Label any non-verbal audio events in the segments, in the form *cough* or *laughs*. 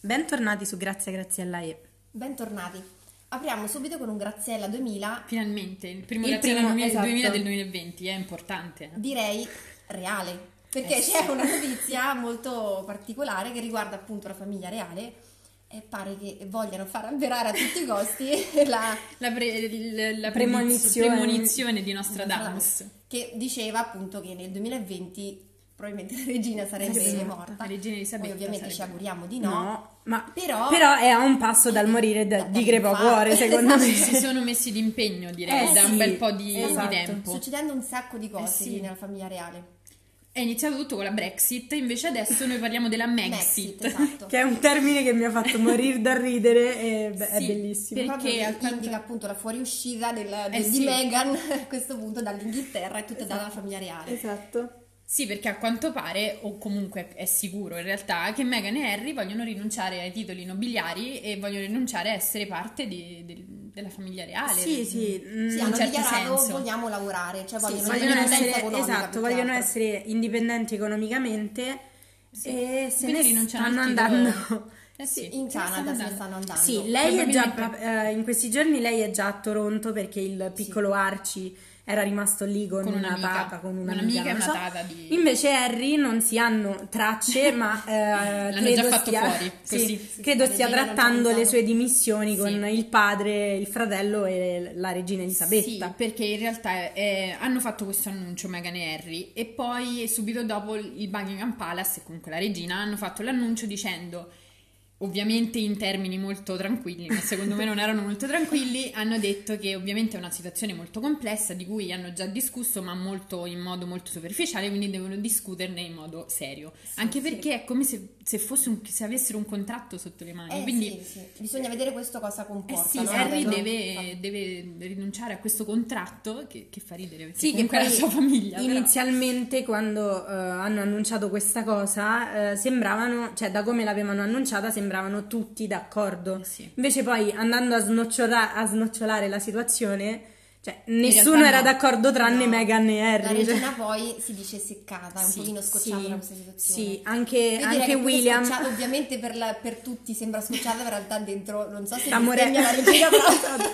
Bentornati su Grazia Graziella e... Bentornati. Apriamo subito con un Graziella 2000, Finalmente, il primo Il grazie primo, al esatto. 2000 del 2020 è importante. eh. direi reale, perché Eh sì. c'è una notizia molto particolare che riguarda appunto la famiglia reale e pare che vogliano far avverare a tutti i costi *laughs* la La, pre- il- Premonizione. la premonizione. premonizione di Nostradamus. che diceva appunto che nel 2020 probabilmente la regina sarebbe Sì, sì. morta. Esatto. La regina Elisabetta Poi ovviamente sarebbe- ci auguriamo di no. ma però, Però- è a un passo dal morire da- Da- di crepo a infarto. cuore, secondo me. Ci si sono messi d'impegno, direi, Esatto. Eh da sì, un bel po' di, esatto. di tempo. Succedendo un sacco di cose sì. nella famiglia reale. È iniziato tutto con la Brexit, invece adesso noi parliamo della Mexit. Brexit, *laughs* esatto. Che è un termine che mi ha fatto morire dal ridere e Eh beh, è Sì, bellissimo. per- Proprio Perché che al tanto- indica appunto la fuoriuscita del, del- sì. di Meghan *laughs* a questo punto dall'Inghilterra e tutta dalla famiglia reale. Esatto. Sì, perché a quanto pare, o comunque è sicuro in realtà, che Meghan e Harry vogliono rinunciare ai titoli nobiliari e vogliono rinunciare a essere parte di- del- della famiglia reale. Sì, sì. mm, Sì, ah, in hanno certo dichiarato senso. vogliamo lavorare, cioè vogliono sì, vogliono l'indipendenza essere, economica. esatto, più che vogliono altro. essere indipendenti economicamente e se Quindi ne rinunciano stanno al titolo. *laughs* andando. Eh sì, in se ne stanno Canada se ne andando. stanno andando. Sì, lei è già Probabilmente. eh, in questi giorni lei è già a Toronto perché il piccolo Arci era rimasto lì con, Con una un'amica. tata, con un'amica, Un'amica e non una so. tata di- Invece Harry non si hanno *laughs* tracce, ma eh, già credo fatto stia... *laughs* fuori, sì, così. Sì, credo la stia regina non trattando pensavo. le sue dimissioni Sì. con il padre, il fratello e la regina Elisabetta. Sì, perché in realtà eh, hanno fatto questo annuncio Meghan e Harry e poi subito dopo il Buckingham Palace e comunque la regina hanno fatto l'annuncio dicendo ovviamente in termini molto tranquilli, ma secondo me non erano molto tranquilli, hanno detto che ovviamente è una situazione molto complessa di cui hanno già discusso, ma molto in modo molto superficiale, quindi devono discuterne in modo serio, anche sì. perché è come se, se fosse un- se avessero un contratto sotto le mani, Eh, quindi sì, sì. bisogna vedere questo cosa eh comporta. sì, no? Harry Vabbè, deve, no? deve rinunciare a questo contratto che, che fa ridere perché Sì, che comunque è poi la sua famiglia. però. inizialmente quando eh, hanno annunciato questa cosa eh, sembravano, cioè da come l'avevano annunciata sembravano tutti d'accordo. Eh sì. Invece poi andando a, snocciola- a snocciolare la situazione, cioè realtà nessuno no. era d'accordo tranne No. Meghan e La Harry. cioè. *laughs* regina poi si dice seccata, è un Sì, pochino scocciata Sì, da questa situazione. sì, anche, Vuol dire anche che pure William. scocciata, ovviamente per, la- per tutti sembra scocciata, ma in realtà dentro non so se Sta more- bestemmia la regina, *laughs* però Eh, qualcosa-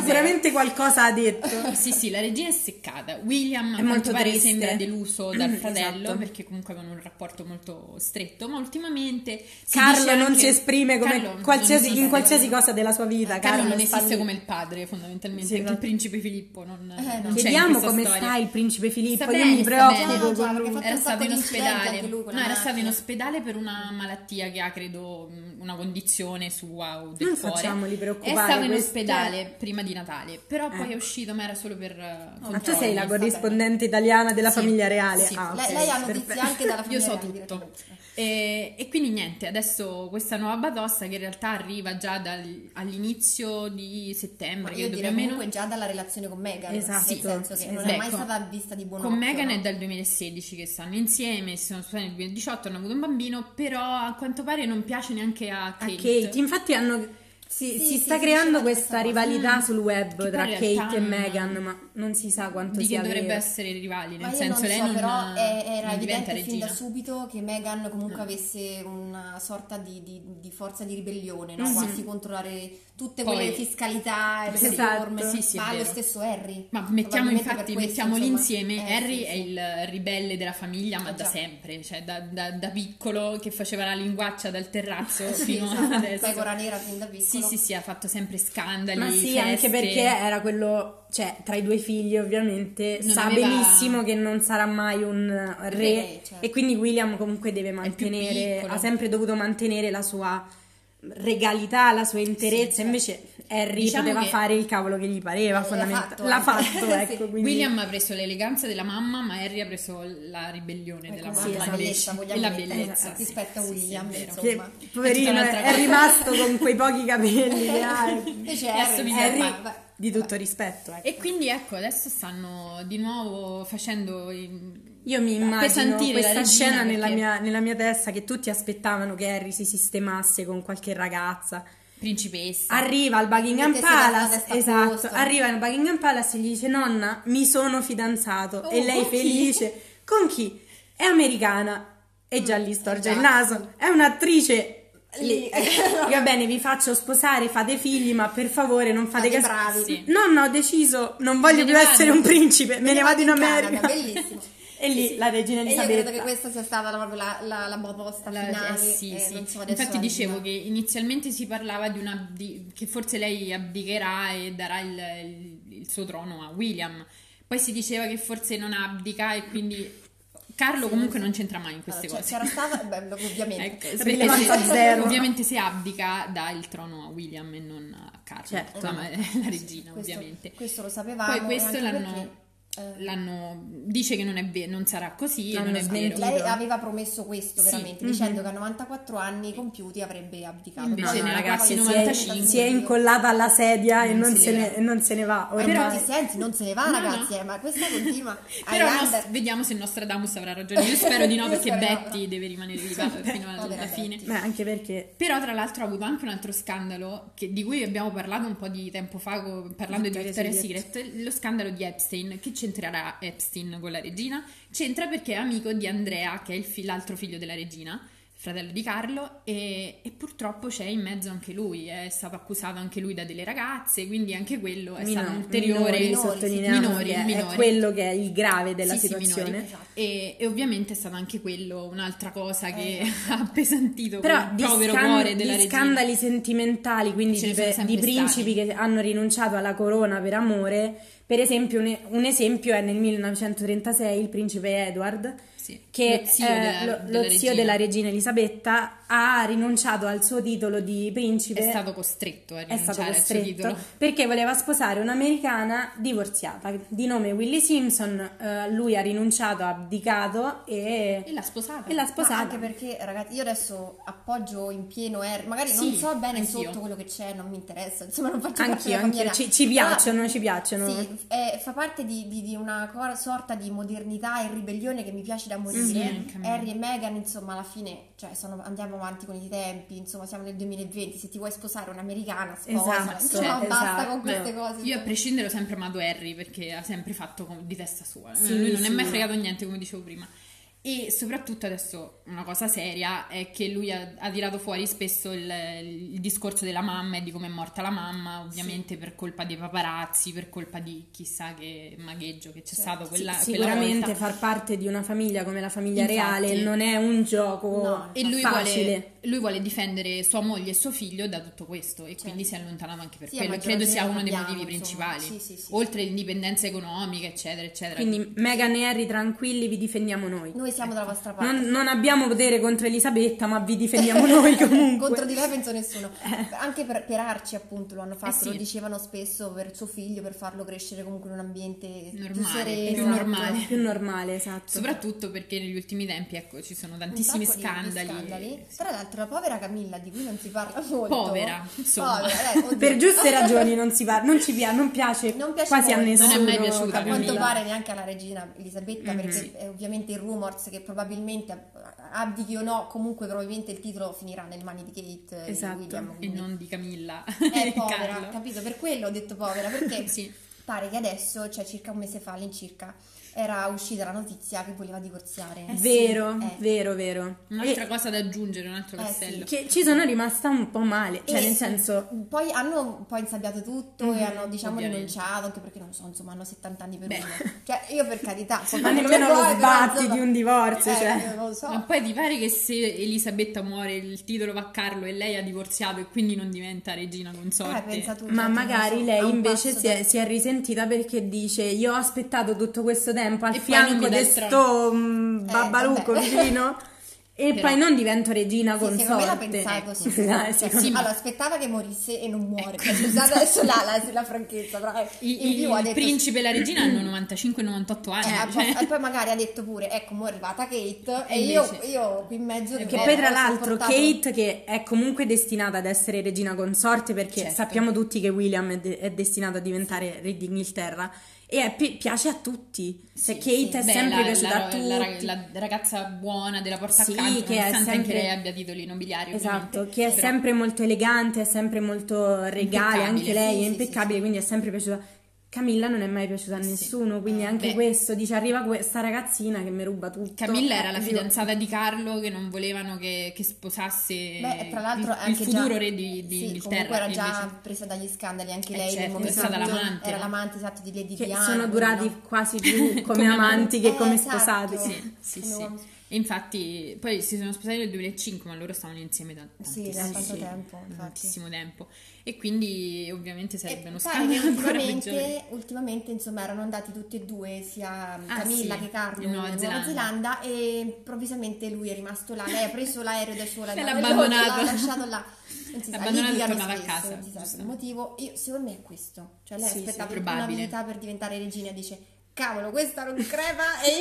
Sicuramente qualcosa ha detto. Sì, sì, la regina è seccata. William È a molto quanto pare triste. sembra *clears throat* deluso dal fratello Esatto. perché comunque avevano un rapporto molto stretto, ma ultimamente si Carlo dice non anche- si esprime come Carlo non qualsiasi- si in esprime. qualsiasi cosa della sua vita. Carlo non esiste Spalletti. come il padre, fondamentalmente, Sì, perché esatto. il principe Filippo non, no. non c'è in Vediamo questa come storia. sta il principe Filippo. Sta Io bene, mi sta preoccupo bene. con Già, lui. fatto Era un stato sacco in di incidenti ospedale. anche lui con la no, era macchina. stato in ospedale per una malattia che ha, credo, mh, una condizione sua o del Non cuore. facciamoli È preoccupare. stato in queste- ospedale prima di Natale, però poi Eh. è uscito, ma era solo per eh, Ma tu controlli. sei la Vabbè. corrispondente italiana della Sì, famiglia reale? sì. Ah, ok, Lei, lei ha notizie perfetto. anche dalla famiglia cioè, Io so reale, tutto. direttamente. E, e quindi niente, adesso questa nuova batosta che in realtà arriva già dal- all'inizio di Ma settembre, io credo più direi o meno. comunque già dalla relazione con Meghan, Esatto. nel senso che non Beh, è mai con- stata vista di buon Con occhio, Meghan no? è dal 2016 che stanno insieme, si sono sposati nel 2018, hanno avuto un bambino, però a quanto pare non piace neanche a A Kate. Kate, infatti hanno- si, Sì, si sì, sta si creando diceva questa questa cosa. rivalità Mm. sul web Che tra poi in Kate realtà e non- Meghan, ma non si sa quanto di che sia dovrebbe vero. essere rivali, nel Ma io senso non lei so, non, però è- era non diventa evidente fin regina. Mm. da subito che Meghan comunque avesse una sorta di, di- di forza di ribellione, no? Mhm. Quasi controllare tutte Mm-hmm. Poi- quelle fiscalità e le Sì. riforme, Esatto. Sì, sì, è ma lo vero. stesso Harry. Ma mettiamo Probabilmente infatti, per questo, mettiamoli insomma. insieme, Eh, Harry sì, è sì. il ribelle della famiglia, ma Ah, da già. sempre, cioè da, da- da piccolo che faceva la linguaccia dal *laughs* terrazzo Sì, fino esatto, adesso. pecora nera fin da Sì, piccolo. sì, sì, ha fatto sempre scandali. Ma sì, feste. anche perché era quello, cioè tra i due figli ovviamente, Non sa aveva- benissimo che non sarà mai un re Re, certo. e quindi William comunque deve più mantenere, piccolo. ha sempre dovuto mantenere la sua regalità, la sua interezza, certo. invece Harry Diciamo poteva che- eh. fare il cavolo che gli pareva L'ha fondamentalmente. fatto L'ha *laughs* anche. fatto, Sì. ecco, quindi William ha preso l'eleganza della mamma, ma Harry ha preso la ribellione della Ecco, mamma sì, la invece. bellezza, vogliamo e la dire, bellezza esatto, sì. rispetto a Sì, sì, William, è vero. insomma. che È tutta poverino un'altra è cosa. rimasto con quei pochi capelli che ha, *laughs* e- *laughs* *laughs* Invece E Harry, assomiglia a Harry- Papa. vabbè, di tutto rispetto, ecco. E quindi ecco, adesso stanno di nuovo facendo i- Io mi immagino appesantire la questa regina scena nella, perché- mia, nella mia testa che tutti aspettavano che Harry si sistemasse con qualche ragazza. principessa. Arriva al Buckingham Mettesi la Palace, testa a esatto, posto. arriva al Buckingham Palace e gli dice nonna, mi sono fidanzato. Oh, e lei con chi? felice. Con chi? È americana. E già lì storge il già. naso. È un'attrice Lì. Va bene, vi faccio sposare, fate figli, ma per favore non fate *laughs* Fate caso. bravi. Sì. Nonno, ho deciso, non voglio Me ne più vado. essere un principe, me ne vado in in Canada, America. bellissimo. E lì la regina E io credo che Elisabetta. questa sia stata proprio la, la, la proposta La- finale. eh, sì, eh, sì. non so adesso Infatti la- dicevo che inizialmente si parlava di una abdi- che forse lei abdicherà e darà il, il- il suo trono a William. Poi si diceva che forse non abdica e quindi Carlo Sì, comunque sì. non c'entra mai in queste Allora, cioè, cose. c'era stata, beh, *laughs* ovviamente. Ecco, perché rilevanza se- zero. Ovviamente se abdica dà il trono a William e non a Carlo, Certo. insomma, *laughs* la regina Questo- ovviamente. Questo lo sapevamo. Poi questo e anche l'hanno- perché, eh, L'hanno, dice che non, è ve- non sarà così, e L'hanno non è vero. smentito. Lei aveva promesso questo Sì. veramente, Mhm. dicendo che a 94 anni compiuti avrebbe abdicato. Invece Poi ne ha una ragazzi si, cosa che è, 95. si è incollata alla sedia e Non non si se libera. ne, e non se ne va. Ma in Ormai. tutti i sensi non se ne va, No, ragazzi, no. eh, ma questa continua. *laughs* Però Highlander- nos- vediamo se Nostradamus avrà ragione. Io spero di no, Io perché spero di no, Betty però. deve rimanere viva fino alla Povera fine. Betty. Beh, anche perché Però, tra l'altro, ha avuto anche un altro scandalo che- di cui abbiamo parlato un po' di tempo fa, co- parlando di Victoria's Victoria's Secret. Lo scandalo di Epstein. Che c'entrerà Epstein con la regina? C'entra perché è amico di Andrea, che è il fi- l'altro figlio della regina, fratello di Carlo, e, e purtroppo c'è in mezzo anche lui. È stato accusato anche lui da delle ragazze, quindi anche quello è mino- stato un ulteriore. minori, minori, sottolineiamo minori, che è- minori. è quello che è il grave della Sì, sì, situazione. minori. esatto. E, e ovviamente è stata anche quello un'altra cosa che *laughs* ha appesantito Eh. Però quel di, povero scan- cuore di della regina. scandali sentimentali, quindi Ce ne di, sono pe- sempre di principi che hanno rinunciato alla corona per amore, per esempio un, un esempio è nel 1936 il principe Edward, Sì, che lo zio eh, della- lo- della lo zio regina. della regina Elisabetta ha rinunciato al suo titolo di principe. è stato costretto a è stato rinunciare al suo costretto titolo. perché voleva sposare un'americana divorziata di nome Willie Simpson. eh, lui ha rinunciato, ha abdicato e, E l'ha sposata. e l'ha Ma sposata. anche perché, ragazzi, io adesso appoggio in pieno R, magari non Sì, so bene anch'io. sotto quello che c'è, non mi interessa, insomma non faccio parte Anch'io, della anch'io. famiglia. Ci, ci piacciono, ci piacciono. Sì, eh, fa parte di, di- di una cor- sorta di modernità e ribellione che mi piace da morire. Sì, anche a me. Harry e Meghan, insomma, alla fine cioè, sono- andiamo avanti con i tempi, insomma, siamo nel 2020, se ti vuoi sposare un'americana, sposa, Esatto, insomma, cioè, basta esatto. con queste Beh, cose. Io a prescindere ho sempre amato Harry perché ha sempre fatto com- di testa sua. Sì, Lui non è sì. mai fregato niente, come dicevo prima. E soprattutto adesso una cosa seria è che lui ha, ha tirato fuori spesso il, il discorso della mamma e di come è morta la mamma, ovviamente per colpa dei paparazzi, per colpa di chissà che magheggio che c'è Sì, stato quella, Sì, quella sicuramente volta. far parte di una famiglia come la famiglia Infatti. reale non è un gioco No, E lui facile. vuole, lui vuole difendere sua moglie e suo figlio da tutto questo e quindi si è allontanato anche per Certo. Sì, a quello. maggior Credo sia ragione uno dei abbiamo, motivi insomma. principali. Sì, sì, sì. Oltre l'indipendenza economica, eccetera, eccetera. Quindi Meghan e Harry tranquilli, vi difendiamo noi. Eh, Noi siamo dalla vostra parte. Non, non abbiamo potere contro Elisabetta, ma vi difendiamo *laughs* noi comunque. *laughs* Contro di lei penso nessuno. Anche per, per Arci, appunto, lo hanno fatto, Eh. sì. lo dicevano spesso per suo figlio, per farlo crescere comunque in un ambiente più Normale, sereno, più esatto. normale. Più normale, esatto. Soprattutto perché negli ultimi tempi ecco, ci sono Un sacco tantissimi di- di scandali. Sì. Tra l'altro, la povera Camilla, di cui non si parla molto. *laughs* Povera, insomma. Povera, *laughs* eh, oddio. per giuste ragioni non si parla, non ci piace, non piace, Non piace quasi a molto. nessuno. Non è mai piaciuta, *laughs* A quanto Camilla. pare neanche alla regina Elisabetta, Mhm. perché eh, ovviamente il rumors che probabilmente abdichi o no, comunque probabilmente il titolo finirà nelle mani di Kate e Esatto. William. E quindi- non *laughs* di Camilla. Eh, e povera, Carlo. capito? Per quello ho detto povera, perché *laughs* Sì. pare che adesso, cioè circa un mese fa all'incirca, era uscita la notizia che voleva divorziare. Vero, Eh. vero, vero. Un'altra E- cosa da aggiungere, un altro Eh, sì. castello. che ci sono rimasta un po' male, cioè E nel *laughs* senso Poi hanno un po' insabbiato tutto Mm-hmm, e hanno, diciamo, ovviamente. rinunciato, anche perché non so, insomma, hanno 70 anni per Beh. uno. Cioè, io *laughs* per carità, so ma fare quello nemmeno che lo vuoi, però, sbatti insomma, di un divorzio, eh, cioè. non lo so. Ma poi ti pare che se Elisabetta muore il titolo va a Carlo e lei ha divorziato e quindi non diventa regina Eh, consorte? pensa tu, Ma cioè, non magari so, a lei un invece passo si è, da- si è risentita perché dice io ho aspettato tutto questo tempo al E poi non fianco mi di dai il sto mm, Eh, babbalucco vabbè. vicino e Però- poi non divento regina Sì, consorte. secondo me l'ha *laughs* pensato, sì. Ecco, dai, Cioè, secondo sì, me. ma- Allora, aspettava che morisse e non muore. Ecco. Cioè, Scusate adesso la, la- la franchezza, però eh, I- in più ha il detto... principe e la *clears throat* regina hanno 95-98 eh, a anni. posto- cioè. E poi magari ha detto pure, ecco, mo' è arrivata Kate e, E io, invece- io qui in mezzo... Che Eh, ho- poi tra ho l'altro sopportato- Kate che è comunque destinata ad essere regina consorte perché Certo. sappiamo tutti che William è, de- è destinato a diventare re d'Inghilterra e è pi- piace a tutti. Cioè, Kate sì. è Beh, sempre la, piaciuta la- a tutti. la- la- la ragazza buona della porta Sì, accanto, che è nonostante anche sempre- lei abbia titoli nobiliari. Esatto, ovviamente. che è Però- sempre molto elegante, è sempre molto regale, Impeccabile. anche lei Sì, è sì, impeccabile, sì, sì. quindi è sempre piaciuta. Camilla non è mai piaciuta a Sì. nessuno, quindi Eh, anche beh. questo, dice arriva questa ragazzina che mi ruba tutto. Camilla era la Io- fidanzata di Carlo che non volevano che, che sposasse Beh, tra l'altro il, anche il futuro già, re di, di sì, Inghilterra. comunque era già invece- presa dagli scandali anche Eh, lei nel certo, è momento stata in cui l'amante. era l'amante esatto di Lady Che Diana sono quindi durati no. *laughs* quasi più come, Come amanti che Eh, come esatto. sposati. Sì, sì, Come sì. uomo- E infatti poi si sono sposati nel 2005, ma loro stavano insieme da Sì, tantissimo, da tanto sì, tempo, infatti. tantissimo tempo. E quindi ovviamente sarebbe E uno pare scandalo che ancora peggiore. ultimamente, ultimamente, insomma erano andati tutti e due sia Camilla Ah, sì, che Carlo in Nuova Zelanda e improvvisamente lui è rimasto là lei ha preso l'aereo da *laughs* sola Se da l'ha quello, abbandonato. l'ha lasciato là non si L'ha sa, abbandonato e litigano tornato a spesso, casa, non si sa giusto. il motivo Io- secondo me è questo cioè lei Sì, sì, aspettava una probabile. vita per diventare regina e dice cavolo questa non crepa e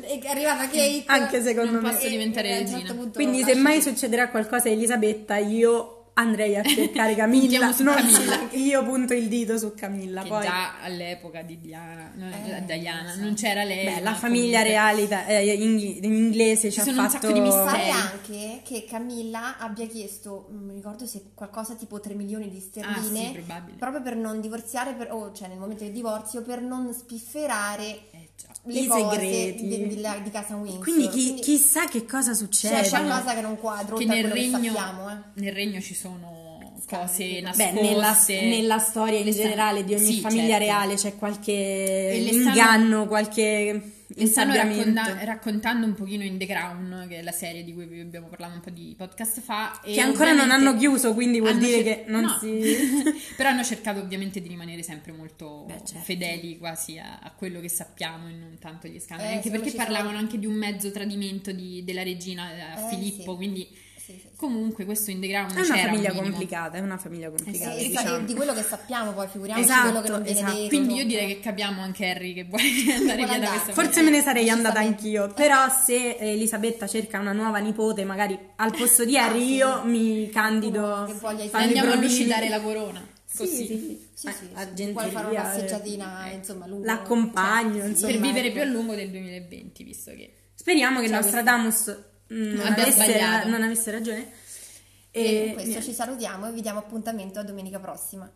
io *laughs* e è arrivata Kate Anche secondo Non me. posso diventare a un regina. certo punto Quindi lascia se mai tutto. succederà qualcosa a Elisabetta, io andrei a *laughs* cercare Camilla. Puntiamo su non- Camilla. *laughs* Io punto il dito su Camilla. Che poi già all'epoca di Diana, no, Eh, Diana, non so. non c'era lei. Beh, la ma famiglia comunque- reale ita- eh, inghi- in inglese ci, Ci ha sono un fatto sacco di misteri. Pare Ok. anche che Camilla abbia chiesto, non mi ricordo se qualcosa tipo 3 milioni di Ah, sterline, sì, probabile. proprio per non divorziare, per- o cioè nel momento del divorzio, per non spifferare Eh, già. le I cose segreti. di, di la- di casa Windsor. Quindi chi- Quindi chissà che Cioè, cosa c'è succede. qualcosa che non quadra, Che oltre a nel quello che regno, sappiamo, eh. nel regno ci sono Scandali. cose Beh, Beh, nascoste. nella, nella storia in Le sa- generale di ogni sì, famiglia certo. reale c'è qualche le stanno- inganno, qualche Le stanno insabbiamento. racconta- eh, raccontando un pochino in The Crown, che è la serie di cui vi abbiamo parlato un po' di podcast fa. e Che ancora non hanno ovviamente chiuso, quindi vuol hanno dire cer- che non no. si... *laughs* Però hanno cercato ovviamente di rimanere sempre molto Beh, certo. fedeli quasi a, a quello che sappiamo e non tanto agli scandali. Eh, anche secondo perché me ci parlavano sono- anche di un mezzo tradimento di- della regina eh, Eh, Filippo, sì. quindi Sì, sì, sì. comunque questo in The Crown È una c'era un famiglia minimo. complicata, è una famiglia Eh sì, complicata, e sa- diciamo. Di quello che sappiamo poi, figuriamoci Esatto, quello che non viene esatto. detto. Quindi io direi che capiamo anche Harry che vuole *laughs* andare Vuole via da andare. questa Forse me ne sarei Ci andata sta bene. anch'io, però se Elisabetta cerca una nuova nipote, magari al posto di Harry, io mi candido. Ah, Uno che voglia i fanno i Andiamo a provini. lucidare la corona. Sì, Così. sì, sì. Sì, Eh, sì, sì. a vuole fare Genteria, una eh, passeggiatina, insomma, lungo. l'accompagno, Cioè, sì. insomma. Per Ormai, vivere ecco. più a lungo del 2020, visto che Speriamo che Cioè, Nostradamus mm, non abbia avesse, sbagliato. non avesse ragione. E con E, questo niente. ci salutiamo e vi diamo appuntamento a domenica prossima.